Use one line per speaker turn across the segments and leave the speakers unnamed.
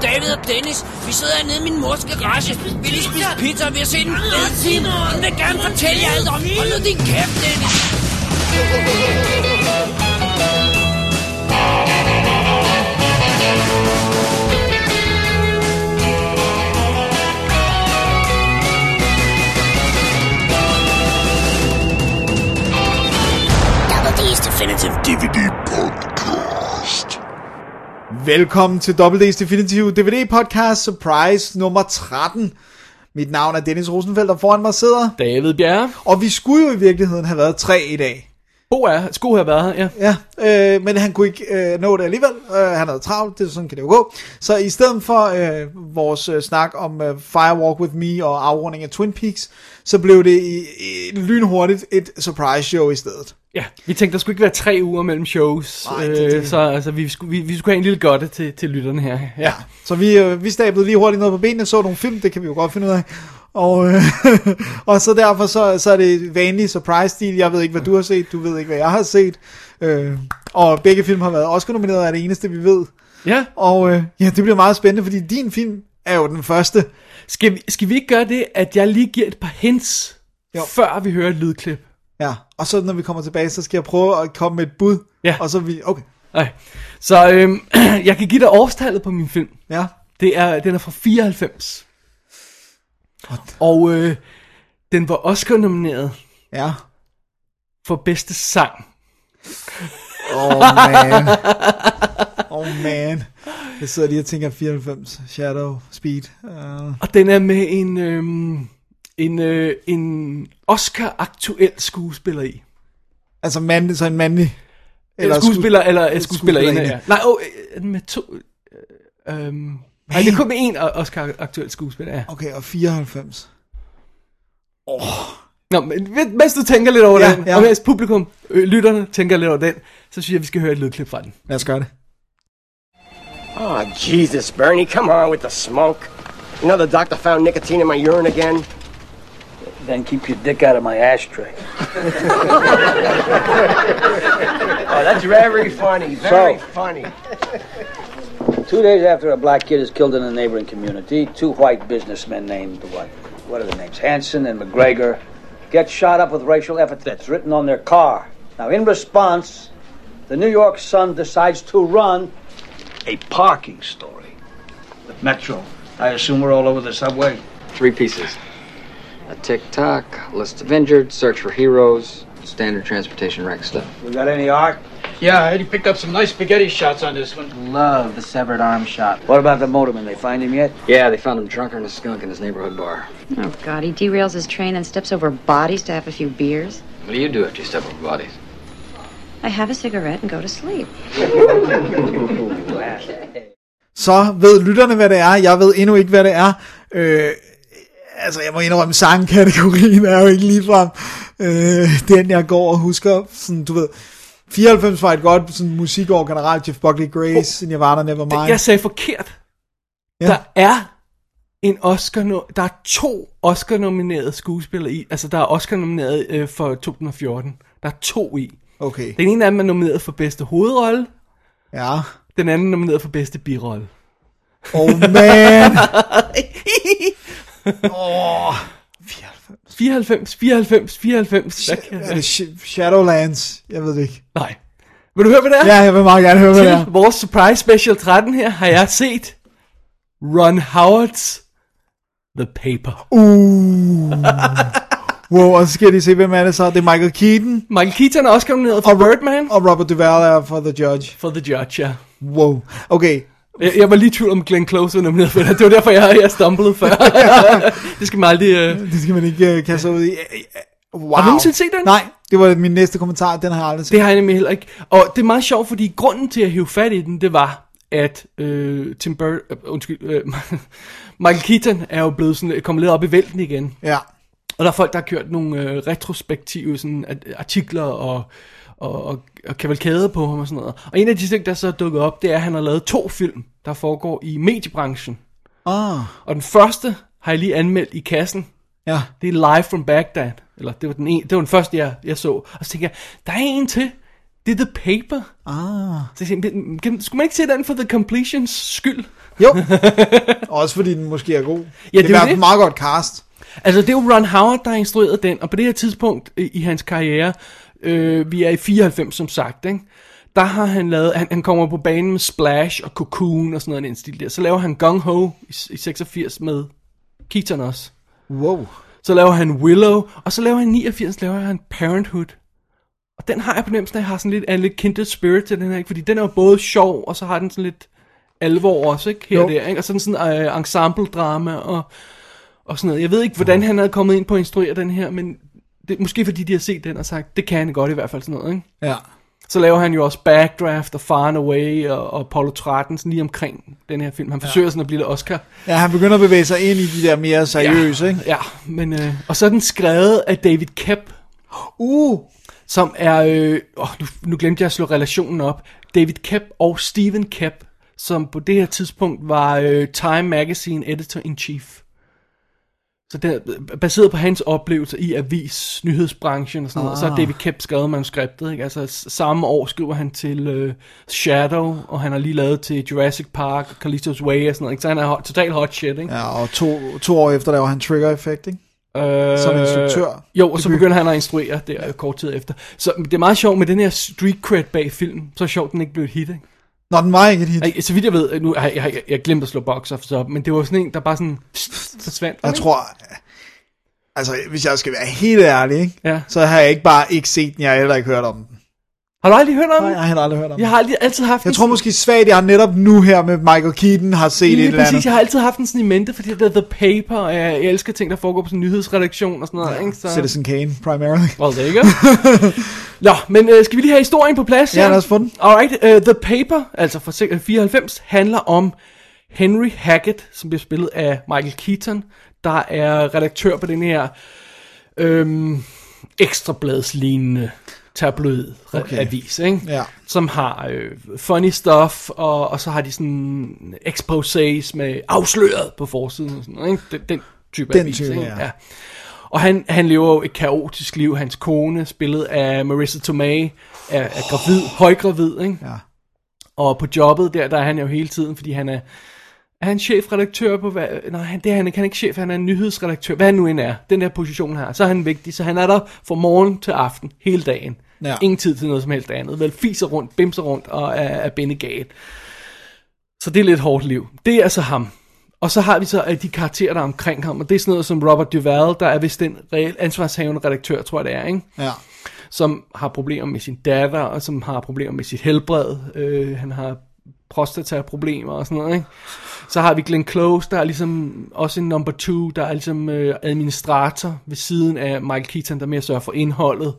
Dennis. Vi sidder hernede i min mors garage. Vi lige spise pizza, og vi har set en fed film. Hun vil gerne fortælle jer alt om. Hold nu din kæft, Dennis.
Definitive DVD Podcast.
Velkommen til WD's Definitive DVD Podcast Surprise nummer 13. Mit navn er Dennis Rosenfeldt, og foran mig sidder...
David Bjerre.
Og vi skulle jo i virkeligheden have været tre i dag.
Bo er, skulle have været her, ja.
Ja, øh, men han kunne ikke øh, nå det alligevel. Øh, han havde travlt, det, sådan kan det jo gå. Så i stedet for øh, vores øh, snak om øh, Firewalk With Me og afrunding af Twin Peaks, så blev det i, i, lynhurtigt et surprise show i stedet.
ja. Vi tænkte, der skulle ikke være tre uger mellem shows,
Nej, det er det.
så altså, vi, skulle, vi, vi skulle have en lille godte til, til lytterne her. Ja. ja.
Så vi, øh, vi stablede lige hurtigt noget på benene, så nogle film, det kan vi jo godt finde ud af. Og, øh, og så derfor så, så er det vanlig surprise-stil. Jeg ved ikke, hvad du har set, du ved ikke, hvad jeg har set. Øh, og begge film har været Oscar-nomineret, er det eneste, vi ved.
ja.
Og øh, ja, det bliver meget spændende, fordi din film er jo den første.
Skal, vi, skal vi ikke gøre det, at jeg lige giver et par hints,
Jo.
jo. før vi hører et lydklip?
Ja, og så når vi kommer tilbage, så skal jeg prøve at komme med et bud.
Ja.
Og så vi, okay,
Nej. Så øhm, jeg kan give dig årstallet på min film.
ja.
Det er, den er fra 94. Og øh, den var Oscar-nomineret
Ja.
for bedste sang.
Oh man. Oh man. Jeg sidder lige og tænker 94, Shadow, Speed. Uh,
Og den er med en, øhm, en, øh, en Oscar-aktuel skuespiller i.
altså mand, så en mandlig.
Eller skuespiller, eller øh,
skuespillerinde.
skuespillerinde, ja. Nej, åh, øh, er den med to... Øh, øhm, nej, det er kun med en o- Oscar-aktuel skuespiller, ja.
Okay, og 94.
Nå, men ved- mens du tænker lidt over
Ja,
ja, den,
ja.
ja. og mens publikum, øh, lytterne, tænker lidt over den, så synes jeg, vi skal høre et lydklip fra den.
Lad os gøre det.
Oh, Jesus, Bernie, come on with the smoke. You know the doctor found nicotine in my urine again?
Then keep your dick out of my ashtray.
Oh, that's very funny, very
So-
funny.
Two days after a black kid is killed in a neighboring community, two white businessmen named what? What are the names? Hanson and McGregor get shot up with racial epithets written on their car. Now, in response, the New York Sun decides to run a parking story. The Metro. I assume we're all over the subway.
Three pieces. A TikTok, list of injured, search for heroes, standard transportation wreck stuff.
We got any art?
Yeah, Eddie picked up some nice spaghetti shots on this one.
Love the severed arm shot.
What about the motorman? They find him yet?
Yeah, they found him drunker than a skunk in his neighborhood bar.
Oh, God, he derails his train and steps over bodies to have a few beers.
What do you do after you step over bodies?
I have a cigarette and go to sleep.
Så ved lytterne, hvad det er. Jeg ved endnu ikke, hvad det er. Øh, altså, jeg må indrømme, sangkategorien er jo ikke ligefrem øh, den, jeg går og husker. Sådan, du ved, 94 var et godt sådan, musikår generelt. Jeff Buckley Grace, oh, Nirvana, Nevermind.
Jeg sagde forkert.
Ja.
Ja. Der er en Oscar, no- der er to Oscar-nominerede skuespillere i. Altså, der er Oscar-nomineret øh, for 2014. Der er to i.
Okay,
Den ene af dem er nomineret for bedste hovedrolle,
ja.
den anden er nomineret for bedste birolle.
Oh man.
94, 94, 94. Hvad kan
er det Sh- Shadowlands? Jeg ved det ikke.
Nej. Vil du høre, hvad det er?
Ja, jeg vil meget gerne høre, hvad det er.
Til vores Surprise Special 13 her har jeg set Ron Howards The Paper. Uh.
Wow, og så skal de se, hvem er det så? Det er Michael Keaton
Michael Keaton er også nomineret for
Og-
Birdman.
og Robert Duvall er for The Judge.
For The Judge, ja.
Wow. Okay,
Jeg, jeg var lige i tvivl om Glenn Close var nomineret for det. Det var derfor, jeg, jeg stumblede før. det skal man aldrig... Øh...
det skal man ikke uh, kaste sig ud i. Wow.
Har du nogensinde set den?
Nej, det var min næste kommentar. Den har jeg aldrig set.
Det har jeg nemlig heller ikke. Og det er meget sjovt, fordi grunden til at hive fat i den, det var, at øh, Tim Bur- øh, undskyld, øh, Michael Keaton er jo blevet sådan, øh, kommet lidt op i vælten igen.
Ja.
Og der er folk, der har kørt nogle øh, retrospektive sådan, at- artikler og, og, og, og kavalkade på ham og sådan noget. Og en af de ting, der så er dukket op, det er, at han har lavet to film, der foregår i mediebranchen.
Ah,
Og den første har jeg lige anmeldt i kassen.
ja.
Det er Live from Baghdad. Eller det var den, ene, det var den første, jeg, jeg så. Og så tænkte jeg, der er en til. Det Det er The Paper.
Ah.
Så jeg siger, men, kan, skulle man ikke se den for The Completions skyld?
Jo. Også fordi den måske er god. Ja,
det er
det, det er
jo det.
et meget godt cast.
Altså, det er jo Ron Howard, der har instrueret den, og på det her tidspunkt øh, i hans karriere, øh, vi er i 94 som sagt, ikke? der har han lavet, han, han kommer på banen med Splash og Cocoon og sådan noget, i den stil der. Så laver han Gung Ho i, i 86 med Keaton også.
Wow.
Så laver han Willow, og så laver han i 89, laver han Parenthood. Og den har jeg på nemmelsen, at jeg har sådan lidt, er lidt kindred spirit til den her, ikke? fordi den er jo både sjov, og så har den sådan lidt alvor også, ikke? Her og
Jo.
der, ikke? Og sådan sådan øh, ensemble-drama og, og sådan noget. Jeg ved ikke, hvordan han havde kommet ind på at instruere den her, men det, måske fordi de har set den og sagt, det kan han godt i hvert fald sådan noget, ikke?
Ja.
Så laver han jo også Backdraft og Far and Away og, og Apollo 13 sådan lige omkring den her film. Han forsøger sådan at blive lidt Oscar.
Ja, han begynder at bevæge sig ind i de der mere seriøse, ikke?
Ja, men, øh, og så er den skrevet af David Kep,
Uh,
som er, øh, åh, nu, nu glemte jeg at slå relationen op, David Kep og Steven Kep, som på det her tidspunkt var øh, Time Magazine Editor-in-Chief. Så det er øh, baseret på hans oplevelser i avis, nyhedsbranchen og sådan ah. noget, og så har David Kep skrevet manuskriptet, ikke? Altså s- samme år skriver han til øh, Shadow, og han har lige lavet til Jurassic Park, Callisto's Way og sådan noget, ikke? Så han er hot, total hot shit, ikke?
ja, og to, to år efter laver han Trigger Effect, ikke?
Øh,
Som instruktør.
Jo, og så begynder han at instruere der øh, kort tid efter. Så det er meget sjovt med den her street cred bag filmen. Så er det sjovt, den ikke blev et hit, ikke?
Nå, den var ikke et hit.
Ej, så vidt jeg ved, øh, nu har jeg, jeg, jeg glemt at slå box office op, men det var sådan en, der bare sådan forsvandt.
Jeg tror, altså hvis jeg skal være helt ærlig, ikke?
Ja.
så har jeg ikke bare ikke set den, jeg har heller ikke hørt om den.
Har du aldrig hørt om
Nej,
den?
jeg har heller aldrig hørt om den.
Jeg har aldrig, altid haft
Jeg
den
tror
sådan-
måske svagt, jeg har netop nu her med Michael Keaton har set et
Lige
eller andet.
præcis, jeg har altid haft den sådan i mente, fordi det er The Paper, og jeg, jeg elsker ting, der foregår på sådan en nyhedsredaktion og sådan noget, ikke? Så...
Citizen Kane, primarily.
Well, there you go. Nå, men øh, skal vi lige have historien på plads?
Ja, lad os få den.
Alright, øh, The Paper, altså fra se- øh, 94, handler om Henry Hackett, som bliver spillet af Michael Keaton, der er redaktør på den her øhm, ekstrabladslignende tabloid okay. avis, ikke?
Ja.
som har øh, funny stuff, og, og så har de sådan exposés med afsløret på forsiden og sådan noget, ikke? Den, den type
Den
avis.
type,
ikke?
ja.
Og han, han lever jo et kaotisk liv. Hans kone, spillet af Marissa Tomei, er, er gravid, oh. højgravid, ikke?
Ja.
Og på jobbet der, der er han jo hele tiden, fordi han er... Er han chefredaktør på hvad? Nej, han, det er han ikke. Han er ikke chef, han er nyhedsredaktør. Hvad han nu end er. Den der position her. Så er han vigtig. Så han er der fra morgen til aften. Hele dagen.
Ja.
Ingen tid til noget som helst andet. Vel fiser rundt, bimser rundt og er, er bindegal. Så det er lidt hårdt liv. Det er så ham. Og så har vi så øh, de karakterer, der er omkring ham. Og det er sådan noget som Robert Duvall, der er vist den reelt ansvarshavende redaktør, tror jeg det er, ikke?
ja.
som har problemer med sin datter, og som har problemer med sit helbred. Øh, han har prostataproblemer og sådan noget, ikke? Så har vi Glenn Close, der er ligesom også en number two, der er ligesom øh, administrator ved siden af Michael Keaton, der mere sørger for indholdet.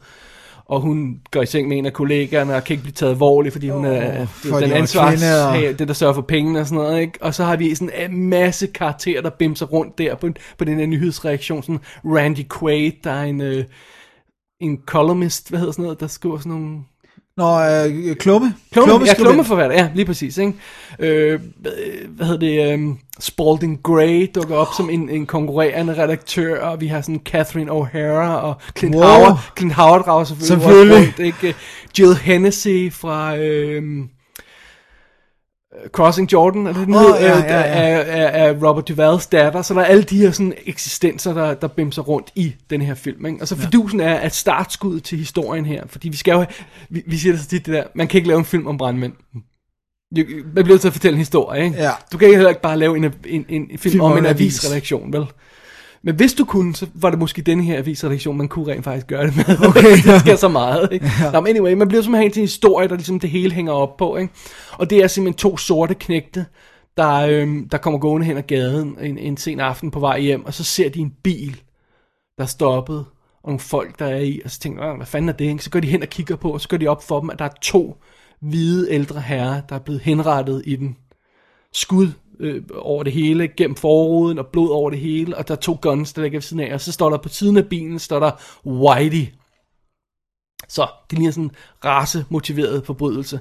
Og hun går i seng med en af kollegaerne og kan ikke blive taget alvorligt, fordi hun oh, er
fordi hun
den
er
ansvars,
kvinde, og-
og... den der sørger for pengene og sådan noget. Ikke? Og så har vi sådan en masse karakterer, der bimser rundt der på, på den her nyhedsreaktion. Sådan Randy Quaid, der er en... Øh, en columnist, hvad hedder sådan noget, der skriver sådan nogle...
Nå, øh, klumme.
Klumme, ja,
Klummeskribent.
klummeforfatter, ja, lige præcis, ikke? Øh, øh, hvad hedder det, um, Spalding Gray dukker op som en, en konkurrerende redaktør, og vi har sådan Catherine O'Hara og Clint
Wow.
wow. Howard. Clint Howard rager selvfølgelig, også
Selvfølgelig.
Rundt, ikke? Jill Hennessy fra... Øh, Crossing Jordan, er det den
Åh,
hed,
ja,
øh,
ja,
der
ja.
Er, er, er Robert Duvalls datter, så der er alle de her sådan eksistenser, der, der bimser rundt i den her film. Ikke? Og så fidusen er at startskuddet til historien her, fordi vi skal jo, vi, vi siger det så tit det der, man kan ikke lave en film om brandmænd. Jo, Man bliver nødt til at fortælle en historie, ikke?
Ja.
Du kan heller ikke bare lave en, en, en, en film, film om en avisredaktion, vel? Men hvis du kunne, så var det måske denne her avisredaktion, man kunne rent faktisk gøre det med.
Okay.
det sker så meget. Ikke? Ja. Nå, men anyway, man bliver simpelthen til en historie, der ligesom det hele hænger op på. Ikke? Og det er simpelthen to sorte knægte, der, øhm, der kommer gående hen ad gaden en, en sen aften på vej hjem, og så ser de en bil, der er stoppet, og nogle folk, der er i, og så tænker de, hvad fanden er det? Ikke? Så går de hen og kigger på, og så går de op for dem, at der er to hvide ældre herrer, der er blevet henrettet i den skud øh, over det hele, gennem forruden og blod over det hele, og der er to guns, der ligger ved siden af, og så står der på siden af bilen, står der Whitey. Så det ligner sådan en racemotiveret forbrydelse.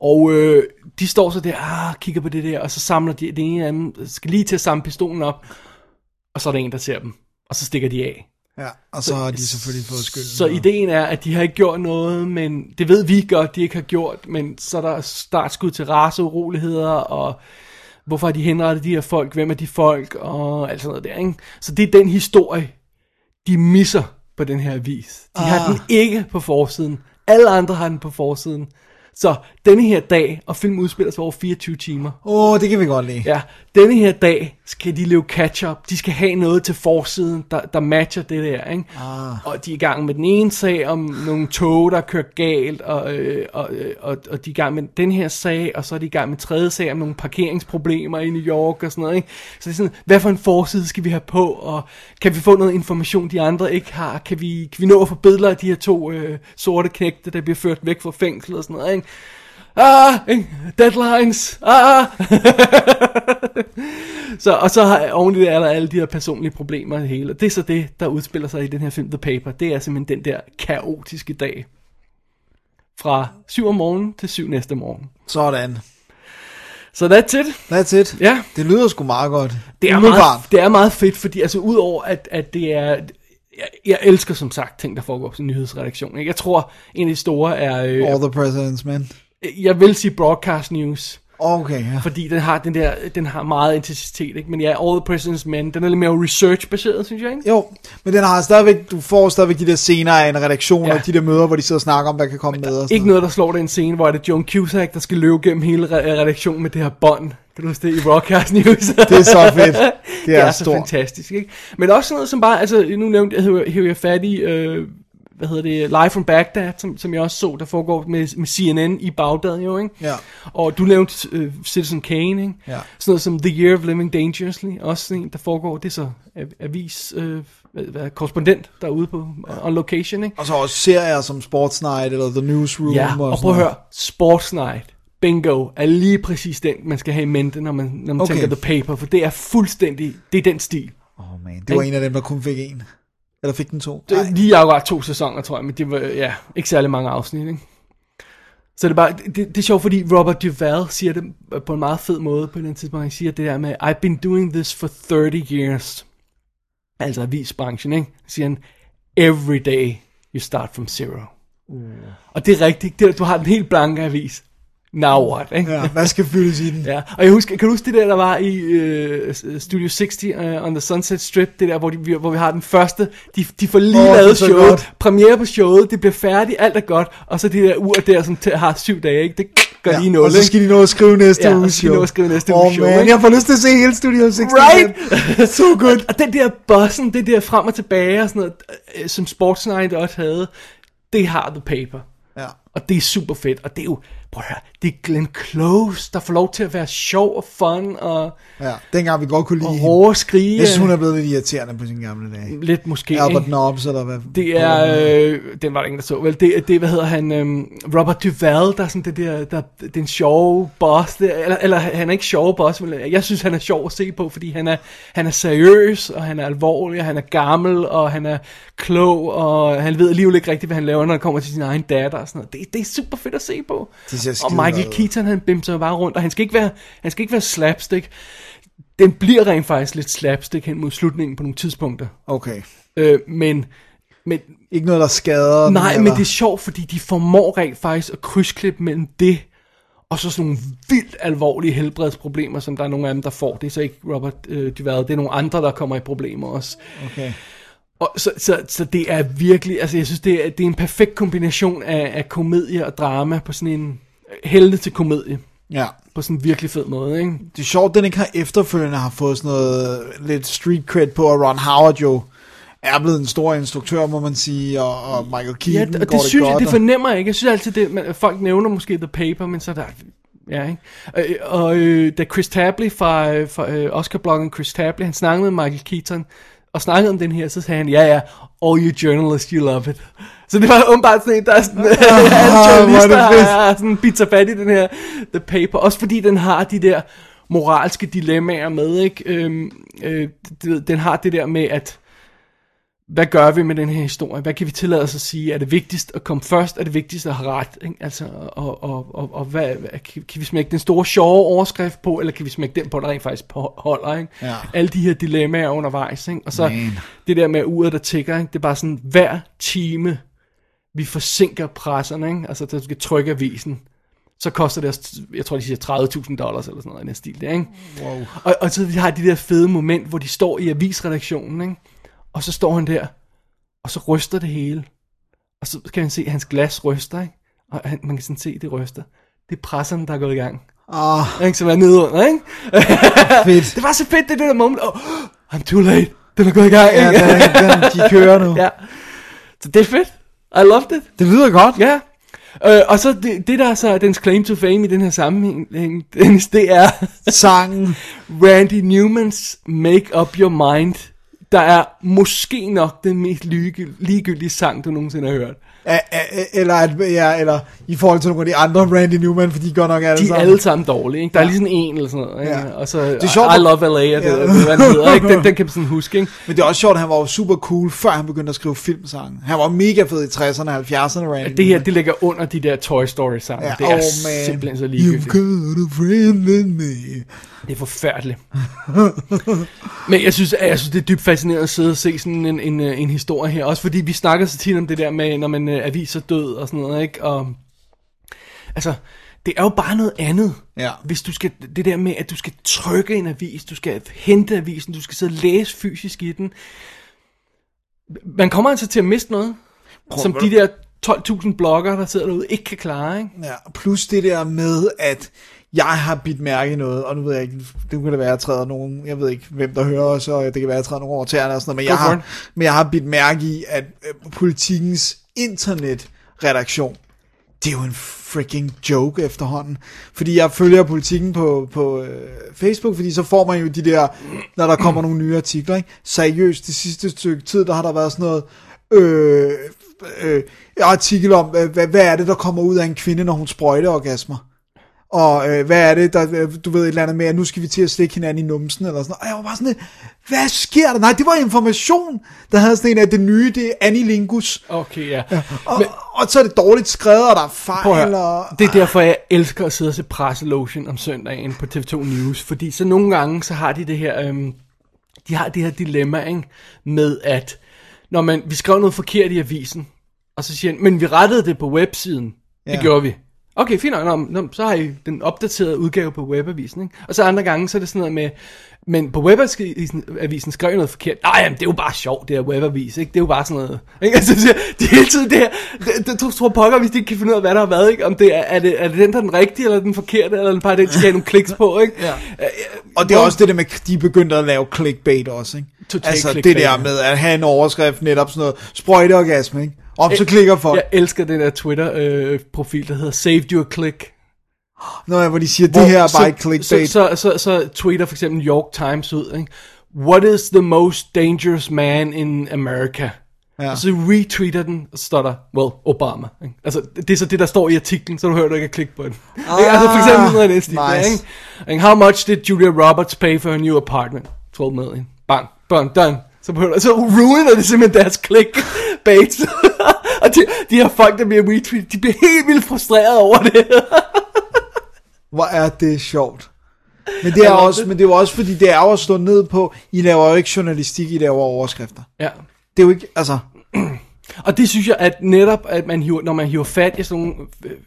Og øh, de står så der, ah, kigger på det der, og så samler de det ene eller andet, skal lige til at samle pistolen op, og så er der en, der ser dem, og så stikker de af.
Ja, og så har de selvfølgelig fået skylden.
Så ideen er, at de har ikke gjort noget, men det ved vi godt, de ikke har gjort, men så er der startskud til raceuroligheder, og hvorfor har de henrettet de her folk, hvem er de folk, og alt sådan noget der, ikke? Så det er den historie, de misser på den her vis. De ah. har den ikke på forsiden. Alle andre har den på forsiden. Så denne her dag, og filmen udspiller sig over 24 timer,
Åh, oh, det kan vi godt lide.
Ja, denne her dag skal de leve catch-up. De skal have noget til forsiden, der, der matcher det der, ikke? Ah. Og de er i gang med den ene sag om nogle tog, der kører galt, og, øh, og, øh, og, og de er i gang med den her sag, og så er de i gang med tredje sag om nogle parkeringsproblemer i New York og sådan noget, ikke? Så det er sådan, hvad for en forside skal vi have på, og kan vi få noget information, de andre ikke har? Kan vi, kan vi nå at få billeder af de her to øh, sorte knægte, der bliver ført væk fra fængslet og sådan noget, ikke? ah, ikke? deadlines, ah. så, og så har oven i det er der alle de her personlige problemer og det hele. Og det er så det, der udspiller sig i den her film, The Paper. Det er simpelthen den der kaotiske dag. Fra 7 om morgenen til 7 næste morgen.
Sådan.
Så that's it.
That's it.
Ja.
Det lyder sgu meget godt.
Det er,
Umiddelbart.
meget, det er meget fedt, fordi altså udover at, at det er... Jeg, jeg elsker som sagt ting, der foregår på sådan en nyhedsredaktion. Ikke? Jeg tror, en af de store er... Øh,
All the presidents, man.
Jeg vil sige broadcast news.
Okay, ja.
Fordi den har, den der, den har meget intensitet, ikke? Men ja, All the President's Men, den er lidt mere research-baseret, synes jeg, ikke?
Jo, men den har stadigvæk, du får stadigvæk de der scener af en redaktion, ja.
Ja.
og de der møder, hvor de sidder og snakker om, hvad kan komme med. Og sådan
Ikke noget, der slår dig i en scene, hvor er det John Cusack, der skal løbe gennem hele re- redaktionen med det her bånd. Kan du huske det i Broadcast News?
Det er så fedt. Det
det
er,
er så
stort.
fantastisk, ikke? Men også sådan noget som bare, altså nu nævnte jeg, hiver- hiver jeg fat i, øh, hvad hedder det, Live from Baghdad, som, som jeg også så, der foregår med, med CNN i Bagdad jo, ikke?
Ja.
Og du nævnte øh, Citizen Kane, ikke?
Ja.
Sådan noget som The Year of Living Dangerously, også sådan en, der foregår, det er så av- avis, øh, hvad, hvad, korrespondent derude på, on location, ikke?
Og så også serier som Sports Night eller The Newsroom.
Ja, og
sådan
prøv at
noget.
høre, Sports Night, bingo, er lige præcis den, man skal have i mente, når man, når man
Okay.
okay. tænker The Paper, for det er fuldstændig, det er den stil.
Oh, man. Det var en af dem, der kun fik en. Eller fik den to.
Det,
Ej.
er lige akkurat to sæsoner, tror jeg, men det var ja, ikke særlig mange afsnit, ikke? Så det er bare, det, det er sjovt, fordi Robert Duvall siger det på en meget fed måde på et eller andet tidspunkt. Han siger det der med, I've been doing this for 30 years. Altså avisbranchen, ikke? Så siger han, every day you start from zero. Mm. Og det er rigtigt, det, er- du har den helt blanke avis. Now what, ikke?
Ja, hvad skal fyldes i den?
Ja, og jeg husker, kan du huske det der, der var i øh, Studio 60 øh, on the Sunset Strip, det der, hvor, de, vi- hvor vi har den første, de, de får lige
Åh,
oh,
det er
lavet
så
showet,
godt.
premiere på showet, det bliver færdigt, alt er godt, og så det der ur der, som t- har syv dage, ikke? det gør ja, lige noget,
og så skal de nå at skrive næste
Ja, og
uge
så skal de nå at skrive næste
Åh,
uges show,
man,
ikke?
jeg får lyst til at se hele Studio 60.
Right?
so good.
Og den der bossen, det der frem og tilbage og sådan noget, øh, som Sports Night også havde, det har The Paper.
Ja.
Og det er super fedt, og det er jo, prøv at høre, det er Glenn Close, der får lov til at være sjov og fun og,
ja, dengang vi godt kunne
og øh,
lide hende.
hårde skrige.
Jeg synes, hun er blevet lidt irriterende på sine gamle dage.
Lidt måske, ikke?
Albert Nobbs, eller hvad?
Det er, øh, den var der ingen, der så, vel, det, er- det er, hvad hedder han, øhm, Robert Duvall, der er sådan det der, der, den sjove boss, der, eller, eller han er ikke sjove boss, men jeg synes, han er sjov at se på, fordi han er, han er seriøs, og han er alvorlig, og han er gammel, og han er klog, og han ved alligevel ikke rigtigt, hvad han laver, når det kommer til sin egen datter og sådan noget. Det, det er super fedt at se på.
De ser
og
skide
Michael
godt ud.
Keaton, han bimser jo bare rundt, og han skal ikke være, han skal ikke være slapstick. Den bliver rent faktisk lidt slapstick hen mod slutningen på nogle tidspunkter.
Okay.
Øh, men, men,
Ikke noget, der skader den,
Nej, men
eller?
det er sjovt, fordi de formår rent faktisk at krydsklippe mellem det, og så sådan nogle vildt alvorlige helbredsproblemer, som der er nogle af dem, der får. Det er så ikke Robert øh, Duvall, det er nogle andre, der kommer i problemer også.
Okay.
Og så, så, så det er virkelig, altså jeg synes, det er, det er en perfekt kombination af, af komedie og drama på sådan en helte til komedie,
Ja.
på sådan en virkelig fed måde, ikke?
Det er sjovt, den ikke har efterfølgende har fået sådan noget lidt street cred på, og Ron Howard jo er blevet en stor instruktør, må man sige, og, og Michael
Ja,
Keaton
og
ja,
det,
går det,
synes jeg,
godt.
det
og-
fornemmer jeg ikke. Jeg synes altid, det, man, folk nævner måske The Paper, men så er der... Ja, ikke? Og, og øh, da Chris Tabley fra, øh, fra øh, Oscar-bloggen Chris Tabley, han snakkede med Michael Keaton, og snakkede om den her, så sagde han, ja ja, all you journalists, you love it. Så det var åbenbart sådan en, der er sådan, alle
Ah, hvor er det
journalister
fedt.
har sådan bidt sig fat i den her The Paper. Også fordi den har de der moralske dilemmaer med, ikke? Øhm, øh, du ved, den har det der med, at hvad gør vi med den her historie? Hvad kan vi tillade os at sige? Er det vigtigst at komme først? Er det vigtigst at have ret? Ikke? Altså, og, og, og, og hvad, hvad- kan, kan vi smække den store sjove overskrift på, eller kan vi smække den på, der rent faktisk på- holder? Ikke?
Ja.
Alle de her dilemmaer undervejs. Ikke? Og så
Man.
Man. det der med uret, der tigger. Ikke? Det er bare sådan, hver time, vi forsinker presserne, ikke? altså der skal trykke avisen, så koster det os, jeg tror de siger 30.000 dollars eller sådan noget i den stil der, ikke? Wow. Og, og så vi har de der fede moment, hvor de står i avisredaktionen, ikke? og så står han der, og så ryster det hele, og så kan man se, at hans glas ryster, ikke? og han, man kan sådan se, at det ryster. Det er presserne, der er gået i gang,
Åh,
ikke? som er nede under, ikke?
Ah, fedt.
Det var så fedt, det der moment, og oh, I'm too late, den er gået i gang,
Ja,
ikke?
den, den, de kører nu.
ja. Så det er fedt, I loved it.
Det lyder godt.
Ja. Øh, og så det, det, der er så dens claim to fame i den her sammenhæng, Dennis, det er
Sangen.
Randy Newmans Make Up Your Mind, der er måske nok den mest ligegyldige, ligegyldige sang, du nogensinde har hørt.
A- a- a- Eller, at- ja, eller i forhold til nogle af de andre Randy Newman, for de går nok alle
De er
sammen.
alle sammen dårlige, ikke? Der er lige sådan en eller sådan noget, ikke?
Altså- Ja.
Ja. Og så det
er
er
sjovt,
sjovt, I, I
hvor-
Love LA, og det,
Ja.
ja. hvad den hedder, ikke? Den, den kan man sådan huske, ikke?
Men det er også sjovt, at han var jo super cool, før han begyndte at skrive filmsange. Han var mega fed i 60'erne og 70'erne, Randy.
Det her, det ligger under de der Toy Story sange. Ja. Det er oh, simpelthen så
You've
ligegyldigt.
got a friend in me.
Det er forfærdeligt. Men jeg synes, jeg synes, det er dybt fascinerende at sidde og se sådan en, en, øh, en historie her. Også fordi vi snakker så tit om det der med, når man øh, aviser død og sådan noget, ikke? Og, altså, det er jo bare noget andet.
Ja.
Hvis du skal, det der med, at du skal trykke en avis, du skal hente avisen, du skal sidde og læse fysisk i den. Man kommer altså til at miste noget, Prøv, som de der 12.000 bloggere, der sidder derude, ikke kan klare, ikke?
Ja, plus det der med, at jeg har bidt mærke i noget, og nu ved jeg ikke, det kan det være, at jeg træder nogen, jeg ved ikke, hvem der hører os, og det kan være, at jeg træder nogen over tæerne og sådan noget, men,
Go
jeg
for
har, men jeg har bidt mærke i, at øh, politikens internetredaktion, det er jo en freaking joke efterhånden. Fordi jeg følger politikken på, på øh, Facebook, fordi så får man jo de der, når der kommer nogle nye artikler. Ikke? Seriøst, det sidste stykke tid, der har der været sådan noget øh, øh, artikel om, øh, hvad, hvad er det, der kommer ud af en kvinde, når hun sprøjter orgasmer? Og øh, hvad er det, der, øh, du ved et eller andet med, at nu skal vi til at stikke hinanden i numsen, eller sådan noget. Og jeg var bare sådan lidt, hvad sker der? Nej, det var information, der havde sådan en af det nye, det er Anilingus.
Okay, ja.
Og, Men, og så er det dårligt skrevet, og der er fejl.
Prøv at
og,
høre. Det er derfor, jeg elsker at sidde og se presselotion om søndagen på TV2 News, fordi så nogle gange, så har de det her, øhm, de har det her dilemma, ikke? med at, når man, vi skrev noget forkert i avisen, og så siger han, men vi rettede det på websiden. Det
Ja.
gjorde vi. Okay, fint nok, nå, men- nå, men så har I den opdaterede udgave på webavisen, ikke? Og så andre gange, så er det sådan noget med, men på webavisen avisen skrev jeg noget forkert. Nej, jamen, det er jo bare sjovt, det her webavis, ikke? Det er jo bare sådan noget, ikke? Altså, det, det er hele tiden det her, det, det, du tror pokker, hvis de ikke kan finde ud af, hvad der har været, ikke? Om det er, er det, er det den, der er den rigtige, eller den forkerte, eller den bare, den skal have nogle kliks på, ikke? Ja.
og det er også det der med, de er begyndt at lave clickbait også, ikke?
Total
altså
clickbait,
det der
ja.
med at have en overskrift netop sådan noget sprøjteorgasme, ikke? Om
Øh,
så klikker folk,
Jeg elsker den der Twitter-profil, der hedder Saved Your Click.
når jeg, hvor de siger, det her er bare et clickbait.
Så, så, så, så tweeter for eksempel New York Times ud, ikke? What is the most dangerous man in America?
Ja.
Ja. Og så retweeter den, og så står der, well, Obama. Ikke? Altså, det er så det, der står i artiklen, så du hører du ikke at klikke på den. Ah, altså, for eksempel noget af den stil,
nice.
nice. ikke? Ikke? How much did Julia Roberts pay for her new apartment? 12 million. Bang. Bang. Done. Så, behøver, så ruiner det simpelthen deres klik bait. og de, de her folk, der bliver retweetet, de bliver helt vildt frustreret over det.
Hvor er det sjovt. Men det er,
love
også, men det er jo også, fordi det er jo at stå ned på, I laver jo ikke journalistik, I laver overskrifter.
ja.
Det er jo ikke, altså,
Og det synes jeg, at netop, at man hiver, når man hiver fat i sådan nogle,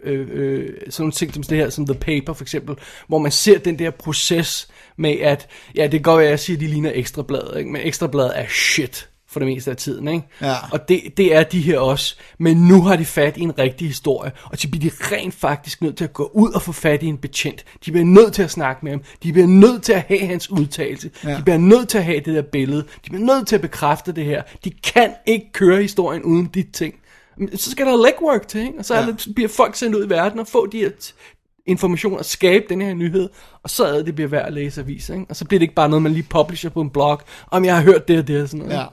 øh, øh, øh, sådan nogle ting som det her, som The Paper for eksempel, hvor man ser den der proces med, at ja, det kan godt være, at jeg siger, at de ligner ekstrabladet, ikke? men ekstrabladet er shit for det meste af tiden. Ikke?
Ja.
Og det, det er de her også, men nu har de fat i en rigtig historie, og så bliver de rent faktisk nødt til at gå ud og få fat i en betjent. De bliver nødt til at snakke med ham, de bliver nødt til at have hans udtalelse,
Ja.
ja. de bliver nødt til at have det der billede, de bliver nødt til at bekræfte det her. De kan ikke køre historien uden de ting. Men Så skal der legwork til, ikke? og så ja. er det, så bliver folk sendt ud i verden og få de her t- informationer og skabe den her nyhed, og så er det, det bliver værd at læse aviser, ikke? og så bliver det ikke bare noget, man lige publisher på en blog, om jeg har hørt det og det og sådan noget. ikke?
ja.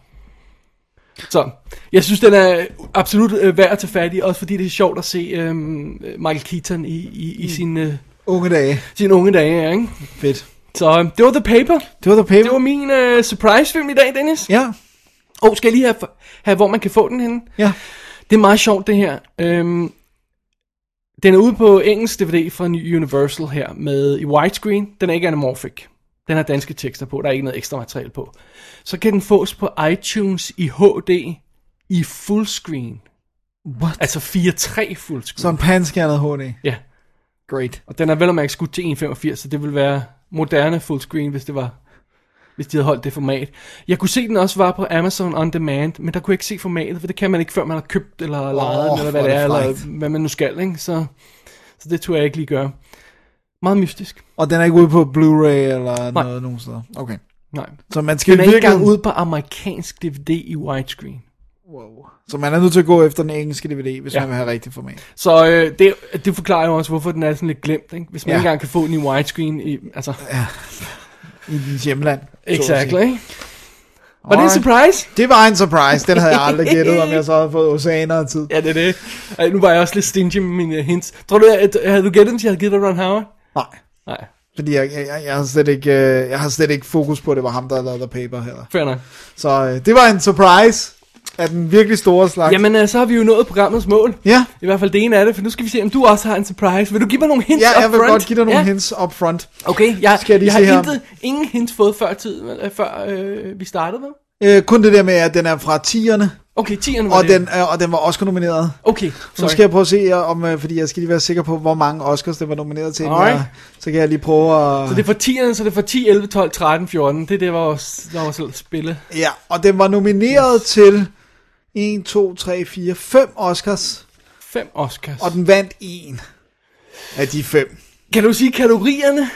Så jeg synes, den er absolut øh, værd at tage fat i, også fordi det er sjovt at se øh, Michael Keaton i, i, i sin, øh,
Unge dage,
sine unge dage. Ikke?
fedt.
Så øh, det var The Paper.
Det var The Paper.
Det var min øh, surprise-film i dag, Dennis.
Ja,
Åh, oh, skal jeg lige have, have, hvor man kan få den henne?
Ja.
Det er meget sjovt, det her. Øhm, den er ude på engelsk DVD fra Universal her, med i widescreen. Den er ikke anamorphic. Den har danske tekster på, der er ikke noget ekstra materiale på. Så kan den fås på iTunes i HD i fullscreen.
What?
Altså 4.3 fullscreen.
Så en pandskærnet HD.
Ja.
Great.
Og den er vel og mærke skudt til 1,85, så det ville være moderne fullscreen, hvis det var hvis de havde holdt det format. Jeg kunne se, den også var på Amazon On Demand, men der kunne jeg ikke se formatet, for det kan man ikke, før man har købt eller lejet, oh, eller
hvor
hvad
er
det er,
det frækt.
eller hvad man nu skal, ikke? Så, så det tror jeg ikke lige gøre. Meget mystisk.
Og den er ikke ude på Blu-ray eller Nej. noget nogen steder. Okay.
Nej.
Så man skal
Den er ikke
virkelig
engang ude på amerikansk DVD i widescreen.
Så man er nødt til at gå efter den engelske DVD, hvis
Ja.
ja. man vil have rigtig format.
Så øh, det, det forklarer jo også, hvorfor den er sådan lidt glemt, ikke? Hvis man
Ja.
ikke engang kan få den i widescreen, i, altså...
I dens hjemland. så at sige.
Exactly. Var det en
Alright.
surprise?
Det var en surprise. Den havde jeg aldrig gættet, om jeg så havde fået oceaner og tid.
Ja, det er det. Ej, nu var jeg også lidt stingy med mine hints. Tror du, at, havde du gættet, at jeg havde givet dig Ron Howard?
Nej.
Nej,
Fordi jeg, jeg, jeg, jeg, har slet ikke, øh, jeg har slet ikke fokus på, at det var ham, der lavede The Paper heller.
fair nok.
Så øh, det var en surprise af den virkelig store slags.
Jamen, øh, så har vi jo nået programmets mål.
Ja,
I hvert fald det ene af det, for nu skal vi se, om du også har en surprise. Vil du give mig nogle hints
ja jeg vil
upfront?
godt give dig nogle
ja.
ja. hints up front.
Okay, jeg,
Skal jeg lige
jeg
se
har
her?
intet, ingen hints fået før, tid, øh, før øh, vi startede, vel?
Øh, kun det der med, at den er fra 10'erne,
Okay, 10'erne var
og
det.
den, øh, og den var Oscar-nomineret.
Okay,
Så nu
sorry.
skal jeg prøve at se, øh, om, øh, fordi jeg skal lige være sikker på, hvor mange Oscars den var nomineret til. inden
Alright.
jeg- Så kan jeg lige prøve at...
Så det er for 10'erne, så det er for 10, 11, 12, 13, 14. Det er det, hvor vores, der var selv spille.
Ja, og den var nomineret til 1, 2, 3, 4, 5 Oscars,
Fem Oscars.
og den vandt en af de fem.
Kan du sige kategorierne?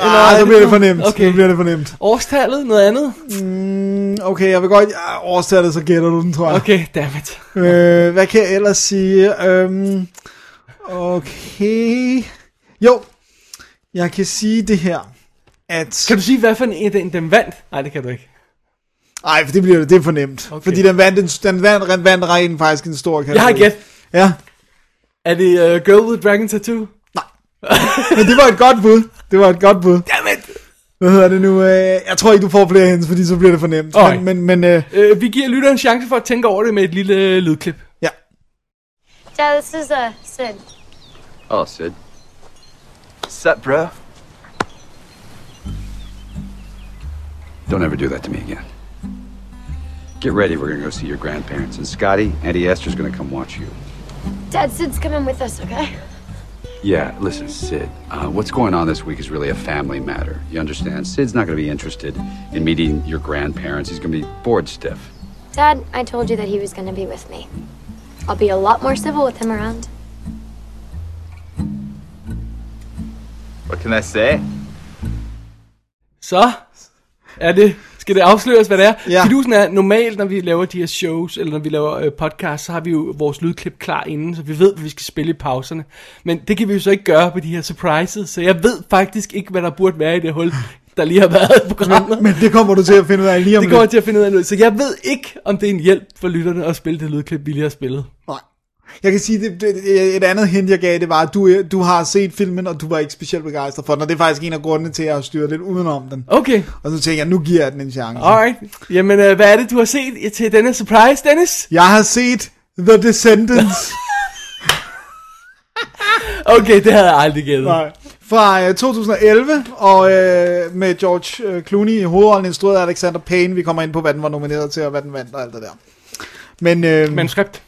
er
Ah,
det
så bliver det
noget?
fornemt.
Okay.
Okay. Nu bliver det fornemt.
Årstallet? Noget andet?
Mm, okay, jeg vil godt... Ja, oversætte, så gætter du den, tror jeg.
Okay, dammit.
Øh, hvad kan jeg ellers sige? Øhm, okay... Jo, jeg kan sige det her, at...
Kan du sige, hvad for en den, den vandt? Nej, det kan du ikke.
Nej, for det bliver det, det er fornemt.
Okay.
Okay. Fordi den vandt, en- den vandt, den vandt rent faktisk en stor kategori.
Jeg har et gæt.
Ja,
Er det uh, Girl with Dragon Tattoo?
men det var et godt bud. Det var et godt bud.
Dammit!
Hvad hedder det nu? Øh, Jeg tror ikke, du får flere hendes, fordi så bliver det for nemt.
Nej.
Men, men, men øh,
Uh, vi giver lytteren en chance for at tænke over det med et lille uh, lydklip.
ja.
Dad, this is uh, Sid.
Oh, Sid.
Sup, bro?
Don't ever do that to me again. Get ready, we're gonna go see your grandparents. And Scotty, Auntie Esther's gonna come watch you.
Dad, Sid's coming with us, okay?
Yeah, listen, Sid, uh, what's going on this week is really a family matter. You understand? Sid's not gonna be interested in meeting your grandparents, he's gonna be bored stiff.
Dad, I told you that he was gonna be with me. I'll be a lot more civil with him around.
What can I say?
Så er det... Skal det afsløres, hvad det er?
Ja.
Fidusen er, normalt, når vi laver de her shows, eller når vi laver øh, podcast, så har vi jo vores lydklip klar inden, så vi ved, hvad vi skal spille i pauserne. Men det kan vi jo så ikke gøre på de her surprises, så jeg ved faktisk ikke, hvad der burde være i det hul, der lige har været i programmet.
Men det kommer du til at finde ud af lige om
Det kommer jeg til at finde ud af nu. Så jeg ved ikke, om det er en hjælp for lytterne at spille det lydklip, vi lige har spillet.
Nej. Jeg kan sige, det, det, et andet hint, jeg gav, det var, at du, øh, du har set filmen, og du var ikke specielt begejstret for den, og det er faktisk en af grundene til, at jeg har styret lidt udenom den.
Okay,
Og så tænker jeg, nu giver jeg den en chance.
alright. Jamen, øh, hvad er det, du har set til denne surprise, Dennis?
Jeg har set The Descendants
Okay, det havde jeg aldrig gættet.
Nej. fra øh, 2011, og øh, med George øh, Clooney i hovedrollen, instrueret af Alexander Payne. Vi kommer ind på, hvad den var nomineret til, og hvad den vandt, og alt det der. Men, øh,
Manuskript.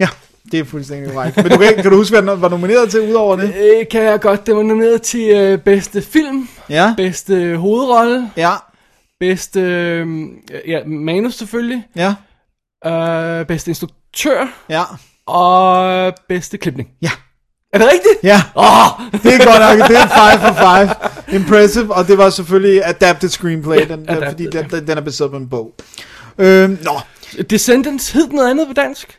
Ja, det er fuldstændig korrekt. Men du kan, kan du huske, hvad den var nomineret til, udover det?
Øh, kan jeg godt. Det var nomineret til øh, bedste film,
Ja.
bedste hovedrolle,
Ja,
bedste øh, ja, manus selvfølgelig,
ja,
øh, bedste instruktør
ja,
og bedste klipning.
ja,
Er det rigtigt?
ja.
Åh!
Det er godt nok, det er 5 for 5. Impressive, og det var selvfølgelig adapted screenplay, den, den,
adapted,
fordi den, den, den er baseret på en bog. Øhm, nå,
Descendants, hed den noget andet på dansk?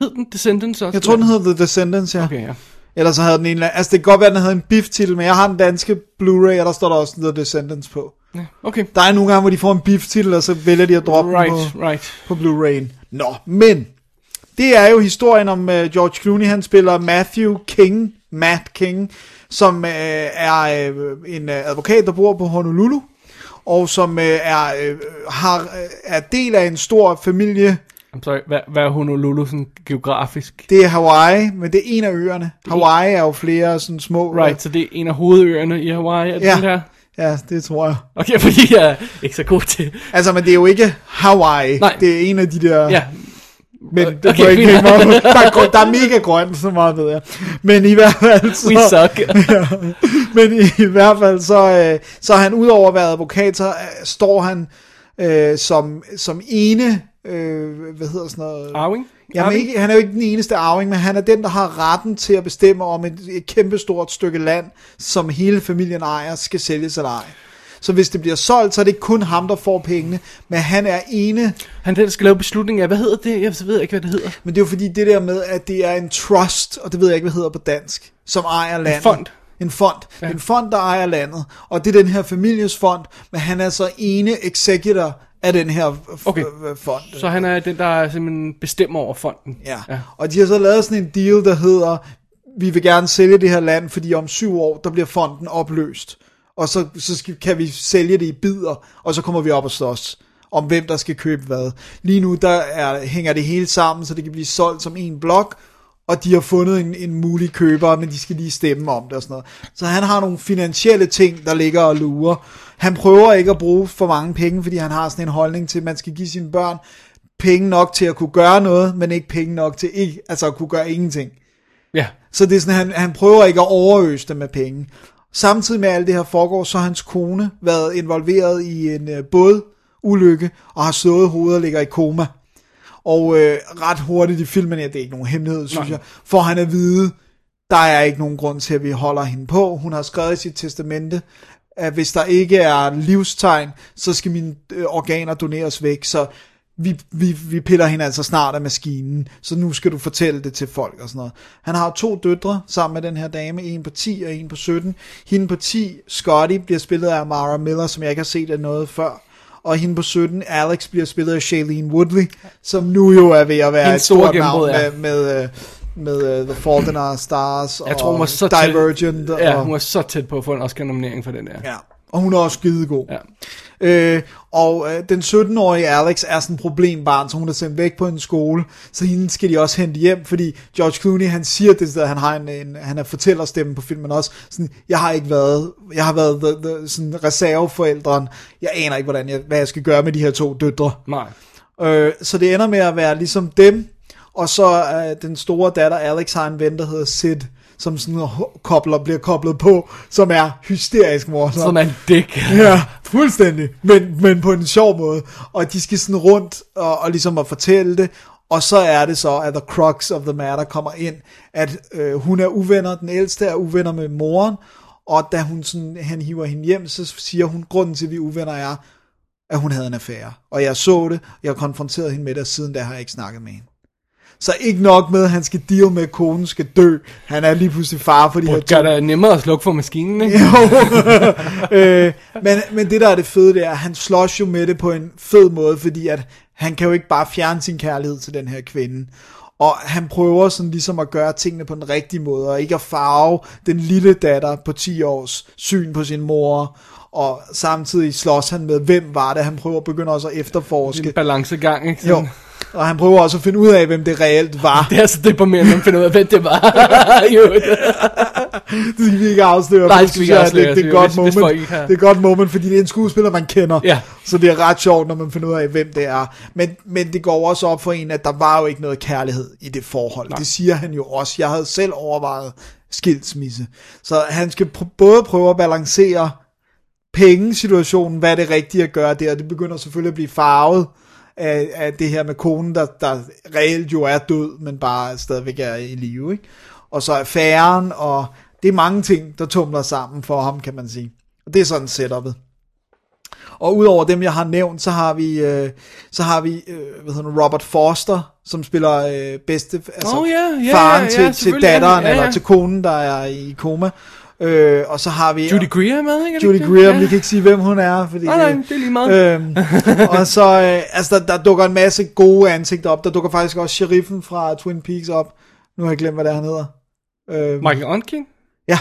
Hed den Descendants også?
jeg tror, den hedder The Descendants, ja.
Okay, ja.
Ellers så havde den en eller anden, altså det kan godt være, den havde en biff-titel, men jeg har den danske Blu-ray, og der står der også The Descendants på.
ja. Okay.
Der er nogle gange, hvor de får en biff-titel, og så vælger de at droppe
Right,
den på.
right.
på Blu-ray'en. Nå, men det er jo historien om uh, George Clooney, han spiller Matthew King, øh, Matt King, som uh, er uh, en uh, advokat, der bor på Honolulu, og som øh, er, øh, har, er del af en stor familie.
I'm sorry, hvad, hvad er Honolulu sådan geografisk?
Det er Hawaii, men det er en af øerne. Hawaii er jo flere sådan små.
Right, så det er en af hovedøerne i Hawaii, er det
Ja.
det her?
Ja, det tror jeg.
Okay, fordi jeg er ikke så god til...
Altså, men det er jo ikke Hawaii.
Nej.
Det er en af de der...
Ja, Øh,
Men det
Okay,
okay, ikke
fint.
hænge mig op. der, er, grøn- der er mega grønt, så meget ved jeg. Men i hvert fald så...
we suck.
ja. Men i, i hvert fald så, øh, så er han udover at være advokat, så øh, står han øh, som, som ene... Øh, hvad hedder sådan noget?
Arving?
Jamen,
Arving?
ikke, han er jo ikke den eneste arving, men han er den, der har retten til at bestemme om et, et kæmpestort stykke land, som hele familien ejer, skal sælges eller ej. Så hvis det bliver solgt, så er det ikke kun ham, der får pengene, men han er ene
Han er den, der skal lave beslutningen af, hvad hedder det? Jeg ved ikke, hvad det hedder.
Men det er jo fordi det der med, at det er en trust, og det ved jeg ikke, hvad hedder på dansk, som ejer landet.
fond.
En fond. Ja. En fond, der ejer landet. Og det er den her families fond, men han er så ene executor af den her f-
Okay.
f- fond.
Så han er den, der simpelthen bestemmer over fonden.
Ja. ja. Og de har så lavet sådan en deal, der hedder, vi vil gerne sælge det her land, fordi om syv år, der bliver fonden opløst. Og så, så skal, kan vi sælge det i bidder, og så kommer vi op og slås om hvem der skal købe hvad. Lige nu der er, hænger det hele sammen, så det kan blive solgt som en blok, og de har fundet en, en mulig køber, men de skal lige stemme om det og sådan noget. Så han har nogle finansielle ting, der ligger og lurer. Han prøver ikke at bruge for mange penge, fordi han har sådan en holdning til, at man skal give sine børn penge nok til at kunne gøre noget, men ikke penge nok til ikke, altså at kunne gøre ingenting.
Ja.
Så det er sådan, han, han prøver ikke at overøse dem med penge. Samtidig med alt det her foregår, så har hans kone været involveret i en øh, bådulykke, og har slået hovedet og ligger i koma. Og øh, ret hurtigt i filmen, ja, det er ikke nogen hemmelighed, synes Nej. jeg, får han at vide, der er ikke nogen grund til, at vi holder hende på. Hun har skrevet i sit testamente, at hvis der ikke er livstegn, så skal mine øh, organer doneres væk, så vi, vi, vi piller hende altså snart af maskinen, så nu skal du fortælle det til folk og sådan noget. Han har to døtre sammen med den her dame, en på 10 og en på 17. Hende på 10, Scotty, bliver spillet af Mara Miller, som jeg ikke har set af noget før. Og hende på 17, Alex, bliver spillet af Shailene Woodley, som nu jo er ved at være et
Hendes store
stort
gennembrud,
navn
ja.
med, med, øh, med uh, The Fault in Our Stars
Jeg
og
tror, hun var så
Divergent.
Tæt, ja,
og,
hun var så tæt på at få en Oscar-nominering for den der.
ja. og hun er også skidegod.
Ja.
Øh, og øh, den 17-årige Alex er sådan en problembarn, så hun er sendt væk på en skole, så hende skal de også hente hjem, fordi George Clooney, han siger det, at han, har en, en, han er fortællerstemmen på filmen også, sådan, jeg har ikke været, jeg har været the, the, sådan reserveforældren, jeg aner ikke, hvordan jeg, hvad jeg skal gøre med de her to døtre.
Nej.
Øh, så det ender med at være ligesom dem, og så øh, den store datter Alex har en ven, der hedder Sid, som sådan noget ho- kobler, bliver koblet på, som er hysterisk morsom.
Som er en dæk.
Ja, fuldstændig. Men, men på en sjov måde. Og de skal sådan rundt og, og ligesom at fortælle det. Og så er det så, at the crux of the matter kommer ind, at øh, hun er uvenner, den ældste er uvenner med moren, og da hun sådan, han hiver hende hjem, så siger hun, grunden til, at vi er uvenner er, at hun havde en affære. Og jeg så det, jeg konfronterede hende med det, og siden da har jeg ikke snakket med hende. Så ikke nok med, at han skal deal med, at konen skal dø. Han er lige pludselig far for de her
Det
to
gør det nemmere at slukke for maskinen, ikke?
jo. øh, men, men det der er det fede, det er, at han slås jo med det på en fed måde, fordi at han kan jo ikke bare fjerne sin kærlighed til den her kvinde. Og han prøver sådan ligesom at gøre tingene på den rigtige måde, og ikke at farve den lille datter på 10 års syn på sin mor, og samtidig slås han med, hvem var det, han prøver at begynde også at
Det er en
efterforske.
balancegang, ikke?
Jo,
Sådan.
og han prøver også at finde ud af, hvem det reelt var.
Det er så deprimerende, at man finder ud af, hvem det var. jo,
Det skal vi ikke afsløre.
Nej,
for
det skal vi ikke
synes jeg,
afsløre,
Det, det, er
hvis-
et godt
hvis
moment,
folk ikke har-
det er et godt moment, fordi det er en skuespiller, man kender.
Ja.
Så det er ret sjovt, når man finder ud af, hvem det er. Men, men det går også op for en, at der var jo ikke noget kærlighed i det forhold. Nej. Det siger han jo også. Jeg havde selv overvejet skilsmisse. Så han skal pr- både prøve at balancere pengesituationen, hvad er det rigtige at gøre der. Det begynder selvfølgelig at blive farvet af, af det her med konen, der, der reelt jo er død, men bare stadigvæk er i live. Ikke? Og så affæren, og det er mange ting, der tumler sammen for ham, kan man sige. Og det er sådan setupet. Og udover dem, jeg har nævnt, så har vi, øh, så har vi øh, hvad hedder han, Robert Forster, som spiller øh, bedste, altså
Åh, Oh, ja, ja,
faren
ja,
til, til
selvfølgelig.
datteren,
Ja, ja.
eller til konen, der er i koma. Øh, og så har vi...
Judy Greer er med, ikke? Er det
Judy
ikke det? Ah,
Greer, vi kan ikke sige, hvem hun er. Fordi,
Nej, nej, det er lige meget.
Øhm, og så, øh, altså, der, der dukker en masse gode ansigter op. Der dukker faktisk også sheriffen fra Twin Peaks op. Nu har jeg glemt, hvad det er, han hedder. Øhm,
Michael Onkin?
Ja.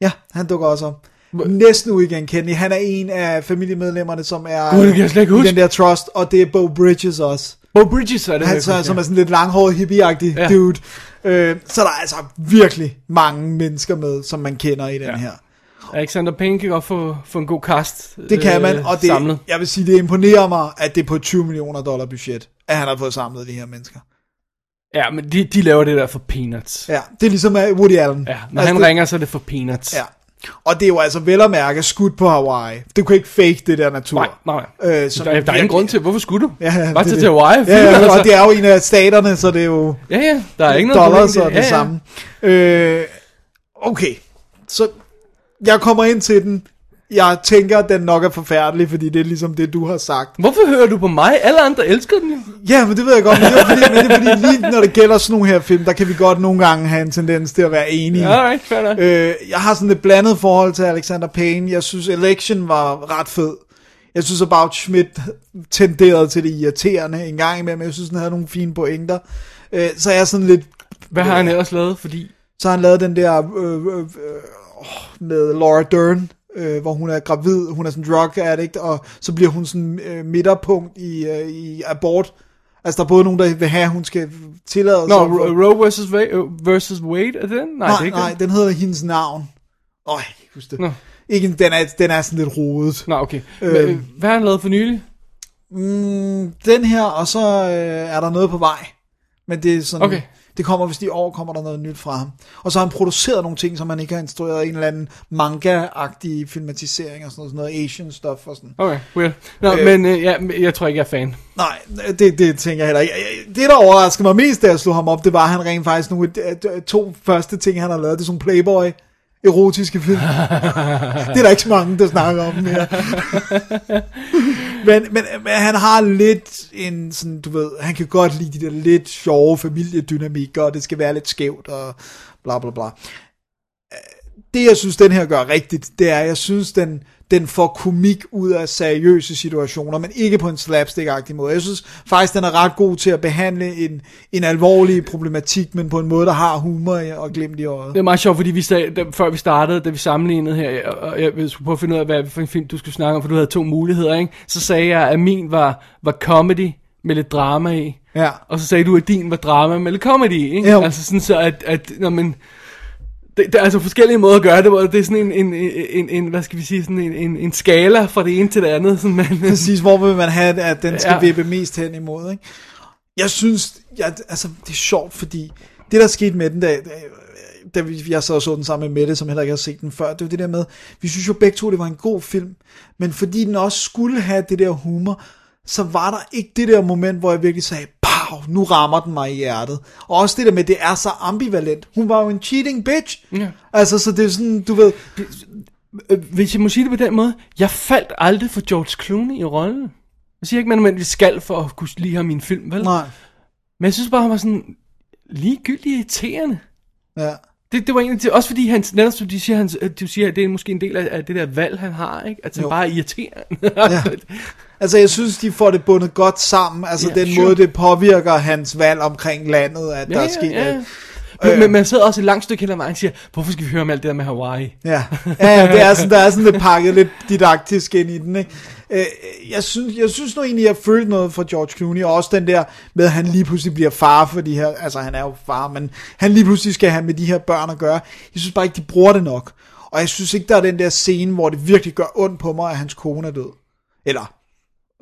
Ja, han dukker også op. næsten uigenkendelig. Han er en af familiemedlemmerne, som er
Gud, det kan jeg slet ikke
i
huske.
den der trust, og det er Bo Bridges også.
Bo Bridges er det.
Han
jeg
så,
husker.
som er sådan lidt langhåret hippieagtig
Ja.
ja. dude. Øh, så der er altså virkelig mange mennesker med, som man kender i den ja. her.
Alexander Payne kan godt få, få en god cast
Det kan
øh,
man, og det,
samlet.
jeg vil sige, det imponerer mig, at det er på et 20 millioner dollar budget, at han har fået samlet de her mennesker.
Ja, men de, de laver det der for peanuts. Ja,
Ja, det er ligesom øh, Woody Allen.
når altså, han
det,
ringer, så er det for peanuts.
Ja. Og det er jo altså vel at mærke skudt på Hawaii. Det kunne ikke fake det der natur.
Nej, nej.
Øh,
Så
som
der, er- der er ingen
virkelig-
grund til, hvorfor skulle du?
Ja,
Bare
det er
til
det.
Hawaii.
Ja, ja, og det er jo en af staterne, så det er jo
ja, ja, der er ikke noget
dollars
problem
og
i
det ja, samme. Øh, okay, så jeg kommer ind til den. Jeg tænker, at den nok er forfærdelig, fordi det er ligesom det, du har sagt.
Hvorfor hører du på mig? Alle andre elsker den jo.
Ja, men det ved jeg godt, men det er fordi, men det er fordi lige når det gælder sådan nogle her film, der kan vi godt nogle gange have en tendens til at være enige.
Alright, fair nok.
Øh, jeg har sådan et blandet forhold til Alexander Payne. Jeg synes, Election var ret fed. Jeg synes, About Schmidt tenderede til det irriterende en gang imellem. Jeg synes, han havde nogle fine pointer. Øh, så er jeg sådan lidt...
Hvad har han ellers lavet? Fordi
Så har han lavet den der øh, øh, øh, åh, med Laura Dern, øh, hvor hun er gravid, hun er sådan drug addict, og så bliver hun sådan øh, midterpunkt i, øh, i abort. Altså, der er både nogen, der vil have, at hun skal tillade
Nå, Ro- Roe vs. Wade, øh, versus Wade er det den?
Nej,
Nej, det er ikke
nej,
den.
den hedder hendes navn. Åh, jeg kan ikke huske det.
Nå.
Ikke, en- den, er, den er sådan lidt rodet.
Nå, okay.
Øh.
Øh, Hvad har han lavet for nylig?
Mm, den her, og så øh, er der noget på vej. Men det er sådan,
Okay.
det kommer, hvis de år kommer der noget nyt fra ham. Og så har han produceret nogle ting, som han ikke har instrueret. En eller anden manga-agtig filmatisering og sådan noget, sådan noget Asian stuff og sådan.
Okay, weird. Nå,
Øh.
men øh, ja, men jeg tror ikke, jeg er fan.
Nej, det, det tænker jeg heller ikke. Det, der overraskede mig mest, da jeg slog ham op, det var, at han rent faktisk nogle af de- to første ting, han har lavet, det er sådan Playboy erotiske film. det er der ikke så mange, der snakker om mere. men, men, men, han har lidt en sådan, du ved, han kan godt lide de der lidt sjove familiedynamikker, og det skal være lidt skævt, og bla bla bla. Det, jeg synes, den her gør rigtigt, det er, jeg synes, den, den får komik ud af seriøse situationer, men ikke på en slapstick-agtig måde. Jeg synes faktisk, den er ret god til at behandle en, en alvorlig problematik, men på en måde, der har humor i- og glimt i øjet.
Det er meget sjovt, fordi vi sag, da, før vi startede, da vi sammenlignede her, jeg- og jeg, jeg skulle prøve at finde ud af, hvad for en film du skulle snakke om, for du havde to muligheder, ikke? Så sagde jeg, at min var, var comedy med lidt drama i.
Ja.
Og så sagde du, at din var drama med lidt comedy, ikke?
Jo.
Altså sådan så, at, at når man... Det, der er altså forskellige måder at gøre det, hvor det er sådan en, en, en, en hvad skal vi sige, sådan en, en, en skala fra det ene til det andet. Sådan, man,
Præcis, hvor vil man have, at den skal
Ja.
ja. vippe mest hen imod, ikke? Jeg synes, jeg, altså, det er sjovt, fordi det, der skete med den, da, da vi, jeg sad og så den sammen med Mette, som heller ikke har set den før, det var det der med, vi synes jo begge to, det var en god film, men fordi den også skulle have det der humor, så var der ikke det der moment, hvor jeg virkelig sagde, pow, nu rammer den mig i hjertet. Og også det der med, det er så ambivalent. Hun var jo en cheating bitch.
Ja.
Altså, så det er sådan, du ved,
øh, hvis jeg må sige det på den måde, jeg faldt aldrig for George Clooney i rollen. Jeg siger ikke, man nødvendigvis skal for at kunne lide ham i en film, vel?
nej,
Men jeg synes bare, han var sådan ligegyldigt irriterende.
ja.
Det, det var egentlig, det- også fordi han, netop som de siger, han, du siger, at det er måske en del af, af det der valg, han har, ikke? At han
Jo.
bare er irriterende. Ja.
Altså, jeg synes, de får det bundet godt sammen. Altså,
Ja,
yeah, den
sure.
sure. måde, det påvirker hans valg omkring landet, at ja, der er sket... Ja, ja.
Men,
Øh.
men man sidder også et langt stykke hen ad vejen og siger, hvorfor skal vi høre om alt det der med Hawaii?
Ja, ja, ja det er sådan, der er sådan lidt pakket lidt didaktisk ind i den, ikke? Øh, Jeg synes, jeg synes nu egentlig, jeg følte noget fra George Clooney, og også den der med, at han lige pludselig bliver far for de her, altså han er jo far, men han lige pludselig skal have med de her børn at gøre. Jeg synes bare ikke, de bruger det nok. Og jeg synes ikke, der er den der scene, hvor det virkelig gør ondt på mig, at hans kone er død. Eller,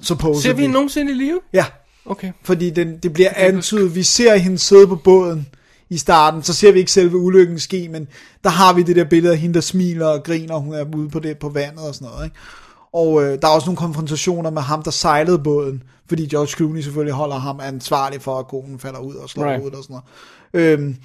supposedly.
Ser vi hende nogensinde i live?
Ja,
Okay.
Fordi den, det bliver antydet, vi ser hende sidde på båden i starten, så ser vi ikke selve ulykken ske, men der har vi det der billede af hende, der smiler og griner, hun er ude på, det, på vandet og sådan noget. Ikke? Og øh, der er også nogle konfrontationer med ham, der sejlede båden, fordi George Clooney selvfølgelig holder ham ansvarlig for, at konen falder ud og slår
Right.
right. hovedet og sådan noget. Øhm,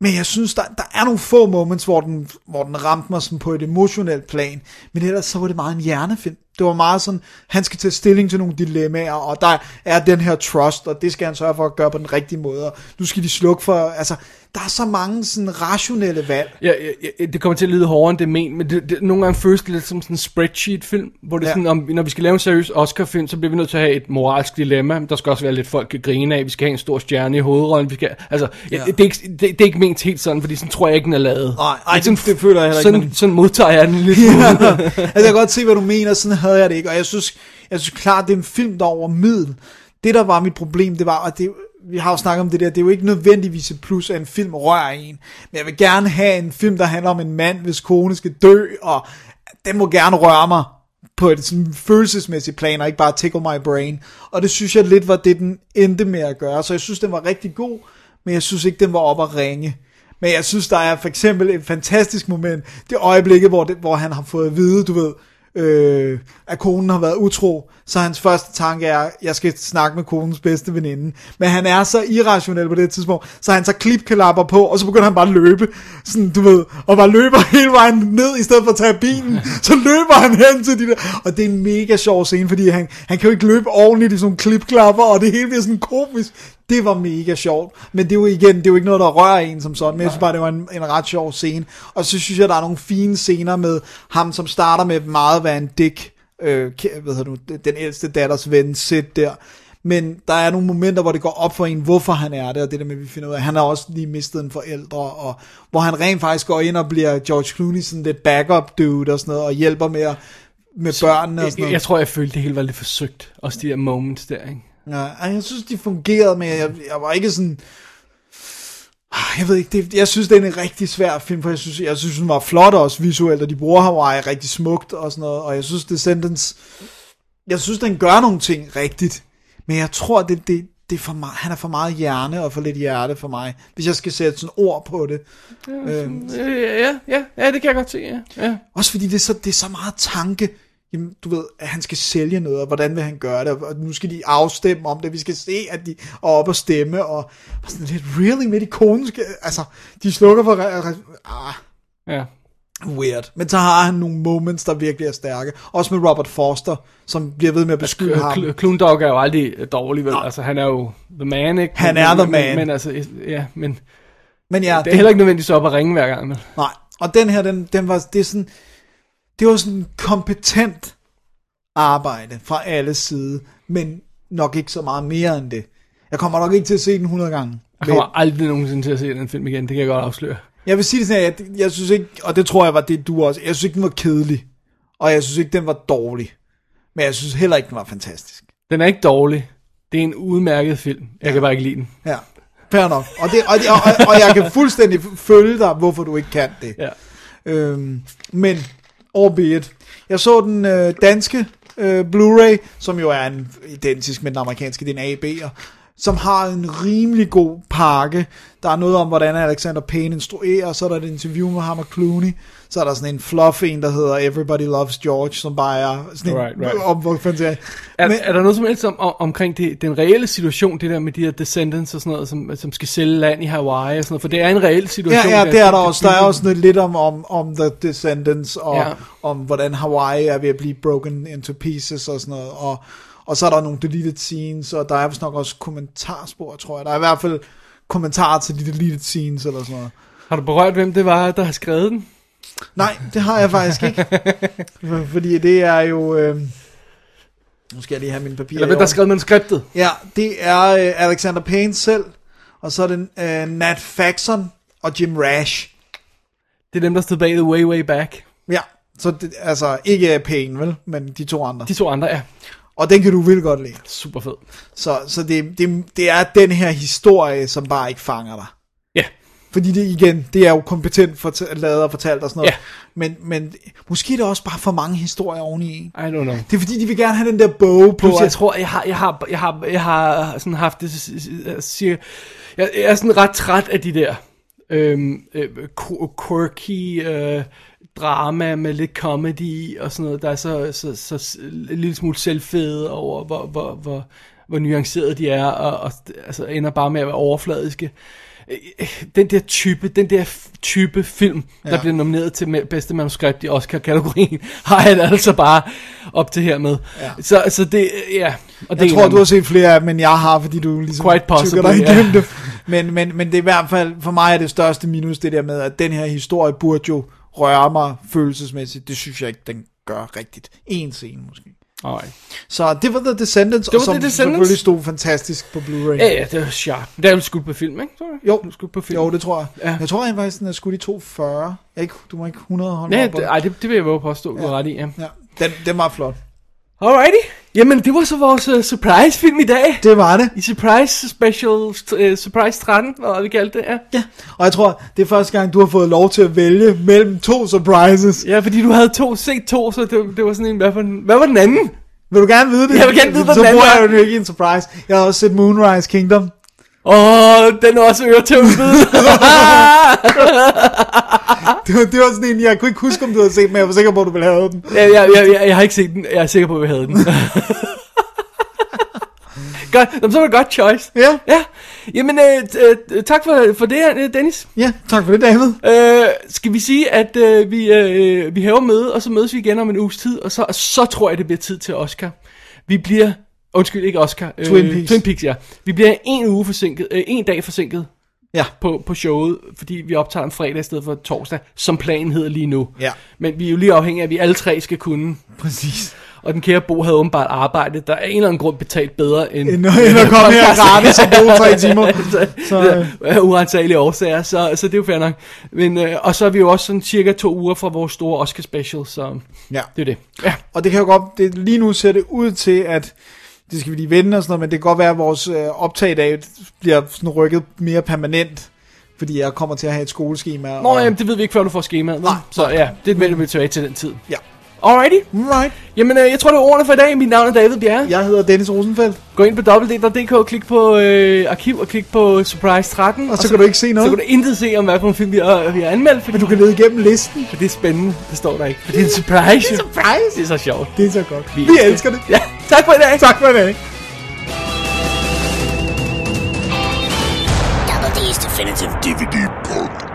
men jeg synes, der, der er nogle få moments, hvor den, hvor den ramte mig sådan på et emotionelt plan. Men ellers så var det meget en hjernefilm. Det var meget sådan, han skal tage stilling til nogle dilemmaer, og der er den her trust, og det skal han sørge for at gøre på den rigtige måde. Og nu skal de slukke for, altså, Der er så mange sådan rationelle valg.
Ja, ja, ja, det kommer til at lyde hårdere end det er ment, men det, det, nogle gange føles det lidt som sådan en spreadsheet-film, hvor det ja.
Ja.
sådan, om, når vi skal lave en seriøs Oscar-film, så bliver vi nødt til at have et moralsk dilemma. Der skal også være lidt folk kan grine af, vi skal have en stor stjerne i hovedrollen. Vi skal, altså, ja.
Ja.
det, det, er ikke, det, det, er ikke ment helt sådan, fordi sådan tror jeg ikke, den er lavet.
Nej, ej,
Men sådan,
det- det føler jeg heller ikke,
sådan,
men-
Sådan modtager jeg den lidt.
altså, jeg kan godt se, hvad du mener, sådan havde jeg det ikke. Og jeg synes, jeg synes klart, det er en film, der er over middel. Det, der var mit problem, det var, og det, vi har jo snakket om det der, det er jo ikke nødvendigvis et plus, at en film rører en. Men jeg vil gerne have en film, der handler om en mand, hvis kone skal dø, og den må gerne røre mig på et sådan følelsesmæssigt plan, og ikke bare tickle my brain. Og det synes jeg lidt var det, den endte med at gøre. Så jeg synes, den var rigtig god, men jeg synes ikke, den var op at ringe. Men jeg synes, der er for eksempel et fantastisk moment, det øjeblikke, hvor, det, hvor han har fået at vide, du ved, øh, at konen har været utro, så hans første tanke er, jeg skal snakke med konens bedste veninde. Men han er så irrationel på det tidspunkt, så han tager klipkalapper på, og så begynder han bare at løbe, sådan, du ved, og bare løber hele vejen ned, i stedet for at tage bilen, så løber han hen til de der, og det er en mega sjov scene, fordi han, han kan jo ikke løbe ordentligt i sådan nogle klipklapper, og det hele bliver sådan komisk, det var mega sjovt, men det er jo igen, det er jo ikke noget, der rører en som sådan, men jeg synes bare, det var en, en ret sjov scene. Og så synes jeg, der er nogle fine scener med ham, som starter med meget at være en dick, øh, ke- hvad hedder du, den ældste datters ven, sit der. Men der er nogle momenter, hvor det går op for en, hvorfor han er det, og det der med, at vi finder ud af, han har også lige mistet en forældre, og hvor han rent faktisk går ind og bliver George Clooney, sådan lidt backup dude og sådan noget, og hjælper med, at- med børnene og sådan
jeg,
noget.
jeg tror, jeg følte det hele var lidt forsøgt. Også de der moments der, ikke?
Ja, ej, jeg synes, de fungerede, men jeg, jeg var ikke sådan... Ah, Jeg ved ikke, det, jeg synes, det er en rigtig svær film, for jeg synes, jeg synes den var flot også visuelt, og de bruger Hawaii rigtig smukt og sådan noget, og jeg synes, Descendants... Jeg synes, den gør nogle ting rigtigt, men jeg tror, det, det, det er for meget, han er for meget hjerne og for lidt hjerte for mig, hvis jeg skal sætte sådan ord på det. Øhm,
Øh, ja, ja, ja, det kan jeg godt se, ja. ja.
også fordi det er så, det er så meget tanke. Jamen, du ved, at han skal sælge noget, og hvordan vil han gøre det, og nu skal de afstemme om det, vi skal se, at de er oppe og stemme, og, og sådan lidt, really, midt i konen skal, altså, de slukker for, re- re- ah,
ja.
weird. Men så har han nogle moments, der virkelig er stærke, også med Robert Forster, som bliver ved med at beskylde ham.
Cl- Clune Dog er jo aldrig øh, dårlig, vel? Altså, han er jo the man, ikke?
Han
Men-
er the
men-
man.
Men, altså, ja, men...
Men ja,
Det er heller ikke nødvendigvis op at ringe hver gang. Men.
Nej, og den her, den, den var, det er sådan, det var sådan kompetent arbejde fra alle side, men nok ikke så meget mere end det. Jeg kommer nok ikke til at se den 100 gange.
Jeg kommer aldrig nogensinde til at se den film igen, det kan jeg godt afsløre.
Jeg vil sige det sådan, at jeg, jeg synes ikke, og det tror jeg var det, du også, jeg synes ikke, den var kedelig, og jeg synes ikke, den var dårlig, men jeg synes heller ikke, den var fantastisk.
Den er ikke dårlig. Det er en udmærket film. Jeg kan bare ikke lide den.
Ja, fair nok. Og, det, og, det, og, og, og jeg kan fuldstændig følge dig, hvorfor du ikke kan det.
Ja.
Øhm, men, albeit. Jeg så den øh, danske øh, Blu-ray, som jo er en, identisk med den amerikanske, det er en AB'er, som har en rimelig god pakke. Der er noget om, hvordan Alexander Payne instruerer, så er der et interview med ham og Clooney, så er der sådan en fluff en, der hedder Everybody Loves George, som bare er sådan en
Right, right.
om, hvor fantastisk.
Er,
Men-
Men, er der noget som helst om, om, omkring det, den reelle situation, det der med de her descendants og sådan noget, som, som skal sælge land i Hawaii og sådan noget? For det er en reel situation.
Ja, ja, det er der også. Der er også noget lidt om, om, om The Descendants, og
Ja.
ja. om hvordan Hawaii er ved at blive broken into pieces og sådan noget. Og, og så er der nogle deleted scenes, og der er vist nok også kommentarspor, tror jeg. Der er i hvert fald kommentarer til de deleted scenes eller sådan noget.
Har du berørt, hvem det var, der har skrevet den?
Nej, det har jeg faktisk ikke. Fordi det er jo... Øh... Nu skal jeg lige have mine papirer.
Eller hvem,
i
der har
orden.
skrevet manuskriptet?
Ja, det er øh, Alexander Payne selv, og så er det øh, Nat Faxon og Jim Rash.
Det er dem, der stod bag The Way Way Back.
Ja, så det, altså ikke Pain, vel, men de to andre.
De to andre er
Og den kan du virkelig godt lide.
super fed.
Så, så det, det, det er den her historie, som bare ikke fanger dig.
Ja,
Fordi det igen, det er jo kompetent forta- lavet og fortalt og sådan noget.
Ja.
Men, men måske er det også bare for mange historier oveni en.
I don't know.
Det er fordi, de vil gerne have den der bog på.
Plus, jeg
at-
tror, jeg har, jeg har, jeg har, jeg har sådan haft det, siger, jeg, jeg er sådan ret træt af de der øhm, øh, qu- quirky øh, drama med lidt comedy i og sådan noget, der er så, så, så, så en lille smule selvfede over, hvor, hvor, hvor, hvor nuancerede de er, og, og altså, ender bare med at være overfladiske. Øh, Den der type, den der f- type film, ja. der bliver nomineret til me- bedste manuskript i Oscar-kategorien, har han altså bare op til hermed. Ja. Så, så det, øh, ja. Og
jeg
det
tror, du har set flere af dem, end jeg har, fordi du ligesom
Quite possibly,
tykker dig
ja.
igennem det. Men, men, men det er i hvert fald, for mig er det største minus det der med, at den her historie burde jo røre mig følelsesmæssigt. Det synes jeg ikke, den gør rigtigt. En scene måske.
Nej.
Så det var The Descendants,
Det var
og som
The Descendants. Øh,
selvfølgelig stod fantastisk på Blu-ray.
Ja, ja, det var sharp. Det er jo skudt på film, ikke? Så,
Jo,
skudt på film.
jo, det tror jeg.
Ja.
Ja. Jeg tror rent faktisk, den er skudt i 240. Jeg er ikke, du må ikke 100 hånd
Nej,
op på
det,
den.
ej, det, det vil jeg våge at påstå, du ja. ret i, ja.
Ja, den, den var flot.
Alrighty. Jamen, det var så vores uh, surprise-film i dag.
Det var det.
I surprise special, uh, surprise 13, hvad var det, vi kaldte det, ja.
Ja. Og jeg tror, det er første gang, du har fået lov til at vælge mellem to surprises.
Ja, fordi du havde to, set to, så det, det var sådan en, hvad, for, en- hvad var den anden?
Vil du gerne vide det?
Jeg vil gerne vide, hvad
Så
den anden
bruger jeg jo
var.
den jo ikke i en surprise. Jeg har også set Moonrise Kingdom.
Åh, oh, den er også øretæmpet. Ah.
Det var, det var sådan en, jeg kunne ikke huske, om du havde set, men jeg var sikker på, at du ville have den.
jeg, jeg, jeg, jeg, jeg har ikke set den, jeg er sikker på, at vi havde den. godt, Nå, men så var det godt choice.
Ja.
Ja, jamen øh, t- øh, tak for, for det, øh, Dennis.
Ja, tak for det, David.
Øh, skal vi sige, at øh, vi, øh, vi hæver møde, og så mødes vi igen om en uges tid, og så, så tror jeg, det bliver tid til Oscar. Vi bliver, undskyld, ikke Oscar. Øh,
Twin Peaks.
Twin Peaks, ja. Vi bliver en uge forsinket, øh, en dag forsinket
Ja.
på, på showet, fordi vi optager en fredag i stedet for torsdag, som planen hedder lige nu.
Ja.
Men vi er jo lige afhængige af, at vi alle tre skal kunne.
Præcis.
Og den kære Bo havde åbenbart arbejde, der af en eller anden grund betalt bedre end...
End at- end at komme her gratis og bruge tre timer.
så, øh, uantagelige årsager, så, så det er jo fair nok. Men, øh, og så er vi jo også sådan cirka to uger fra vores store Oscar special, så
Ja.
det er det. Ja,
Og det kan jo godt, det, lige nu ser det ud til, at det skal vi lige vende og sådan noget, men det kan godt være, at vores øh, optag i dag bliver sådan rykket mere permanent, fordi jeg kommer til at have et skoleskema.
Nå,
og,
jamen, det ved vi ikke, før du får skemaet. vel?
Nej,
Så ja, det vender vi tilbage til den tid.
Ja.
Alrighty.
Right.
Jamen, øh, jeg tror, det var ordene for i dag. Mit navn er David Bjerre.
Jeg hedder Dennis Rosenfeldt.
Gå ind på www.dk og klik på øh, arkiv og klik på Surprise 13. Og,
så kan du ikke se noget.
Så kan du intet se om, hvad for en film vi har, vi har anmeldt, fordi
Men du kan lede igennem listen.
for det er spændende. Det står der ikke. For det er en surprise. Det er, surprise. Det er så sjovt.
Det er så godt. Vi, vi elsker det.
Ja, tak for i dag.
Tak for i dag.
Double D's Definitive DVD Podcast.